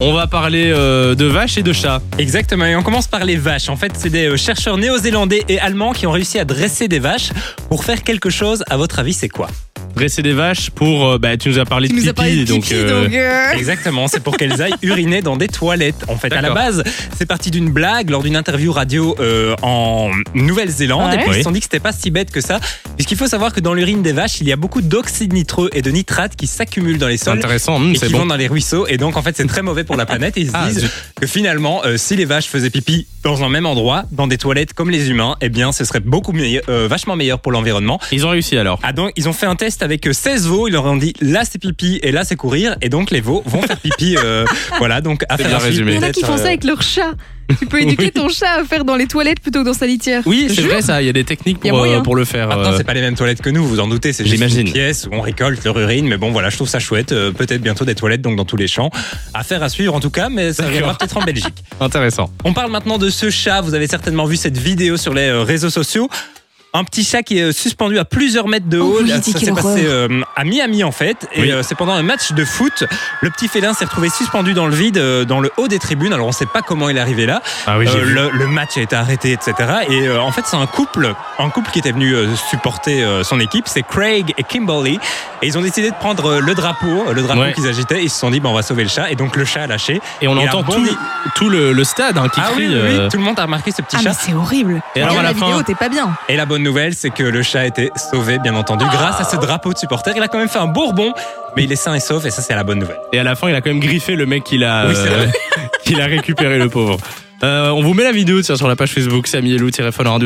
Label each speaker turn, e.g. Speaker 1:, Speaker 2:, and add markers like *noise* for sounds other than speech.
Speaker 1: On va parler euh, de vaches et de chats.
Speaker 2: Exactement, et on commence par les vaches. En fait, c'est des euh, chercheurs néo-zélandais et allemands qui ont réussi à dresser des vaches pour faire quelque chose. À votre avis, c'est quoi
Speaker 1: Dresser des vaches pour... euh, bah, tu nous as parlé
Speaker 3: Tu
Speaker 1: de
Speaker 3: nous
Speaker 1: pipi,
Speaker 3: as parlé de pipi,
Speaker 1: donc... euh,
Speaker 3: donc. euh,
Speaker 2: Exactement, c'est pour qu'elles aillent uriner dans des toilettes. En fait, à la
Speaker 1: D'accord.
Speaker 2: base, c'est parti d'une blague lors d'une interview radio euh, en Nouvelle-Zélande.
Speaker 3: Ouais.
Speaker 2: Et puis, ils
Speaker 1: Oui.
Speaker 2: se sont dit que c'était pas si bête que ça. Puisqu'il faut savoir que dans l'urine des vaches, il y a beaucoup d'oxydes nitreux et de nitrates qui s'accumulent dans les
Speaker 1: C'est
Speaker 2: sols.
Speaker 1: intéressant, hum,
Speaker 2: Et
Speaker 1: c'est
Speaker 2: qui vont
Speaker 1: bon.
Speaker 2: dans les ruisseaux. Et donc, en fait, c'est très
Speaker 1: *laughs*
Speaker 2: mauvais pour la planète. Et ils se
Speaker 1: Ah,
Speaker 2: disent
Speaker 1: zut.
Speaker 2: que finalement, euh, si les vaches faisaient pipi dans un même endroit, dans des toilettes comme les humains, eh bien, ce serait beaucoup meilleur, euh, vachement meilleur pour l'environnement.
Speaker 1: Ils ont réussi alors.
Speaker 2: Ah donc, ils ont fait un test avec euh, 16 veaux. Ils leur ont dit là, c'est pipi et là, c'est courir. Et donc, les veaux vont faire pipi.
Speaker 1: *laughs*
Speaker 2: euh, voilà, donc, à
Speaker 1: C'est
Speaker 2: faire
Speaker 1: bien
Speaker 2: à suivre,
Speaker 1: résumé.
Speaker 3: Il y en a qui
Speaker 2: peut-être,
Speaker 3: font
Speaker 2: euh,
Speaker 3: ça avec leur chat. Tu
Speaker 1: *laughs*
Speaker 3: peux
Speaker 1: Oui.
Speaker 3: éduquer ton chat à faire dans les toilettes plutôt que dans sa litière.
Speaker 1: Oui,
Speaker 3: Je
Speaker 1: c'est
Speaker 3: te jure.
Speaker 1: vrai ça, il y a des techniques
Speaker 3: Il y a
Speaker 1: pour, euh,
Speaker 3: moyen.
Speaker 1: pour le faire.
Speaker 2: Maintenant,
Speaker 1: euh,
Speaker 2: c'est pas les mêmes toilettes que nous, vous vous en doutez. C'est juste
Speaker 1: J'imagine.
Speaker 2: une pièce où on récolte leur urine. Mais bon, voilà, je trouve ça chouette. Euh, peut-être bientôt des toilettes, donc dans tous les champs. Affaire à suivre, en tout cas, mais ça
Speaker 1: D'accord.
Speaker 2: arrivera peut-être en Belgique.
Speaker 1: Intéressant.
Speaker 2: On parle maintenant de ce chat. Vous avez certainement vu cette vidéo sur les euh, réseaux sociaux. Un petit chat qui est euh, suspendu à plusieurs mètres de haut.
Speaker 3: Oh oui,
Speaker 2: Là,
Speaker 3: dis,
Speaker 2: ça
Speaker 3: quelle
Speaker 2: s'est passé
Speaker 3: horreur.
Speaker 2: euh, à Miami en fait. Et
Speaker 1: Oui.
Speaker 2: euh, c'est pendant un match de foot. Le petit félin s'est retrouvé suspendu dans le vide, euh, dans le haut des tribunes. Alors on ne sait pas comment il est arrivé là.
Speaker 1: Ah oui, j'ai
Speaker 2: Euh,
Speaker 1: vu.
Speaker 2: le, le match a été arrêté, etc. Et euh, en fait, c'est un couple, un couple qui était venu euh, supporter euh, son équipe. C'est Craig et Kimberly. Et ils ont décidé de prendre euh, le drapeau, euh, le drapeau
Speaker 1: Ouais.
Speaker 2: qu'ils agitaient. Ils se sont dit, bah, on va sauver le chat. Et donc le chat a lâché.
Speaker 1: Et on
Speaker 2: il a
Speaker 1: entend tout,
Speaker 2: rebondi.
Speaker 1: tout le, le stade hein, qui
Speaker 2: Ah
Speaker 1: crie.
Speaker 2: oui, oui, oui,
Speaker 1: euh,
Speaker 2: tout le monde a remarqué ce petit
Speaker 3: Ah, mais
Speaker 2: chat.
Speaker 3: c'est horrible.
Speaker 1: Et alors, à
Speaker 3: Regarde
Speaker 1: la fin-
Speaker 3: la, vidéo, t'es pas bien.
Speaker 2: Et la bonne nouvelle, c'est que le chat a été sauvé, bien entendu, grâce à ce drapeau de supporter. Il a quand même fait un bourbon, mais il est sain et sauf, et ça, c'est la bonne nouvelle.
Speaker 1: Et à la fin, il a quand même griffé le mec qu'il a,
Speaker 2: Oui, c'est
Speaker 1: *laughs*
Speaker 2: vrai.
Speaker 1: qu'il a récupéré, le pauvre. Euh, on vous met la vidéo tiens, sur la page Facebook, Samy et Lou, téléphone radio.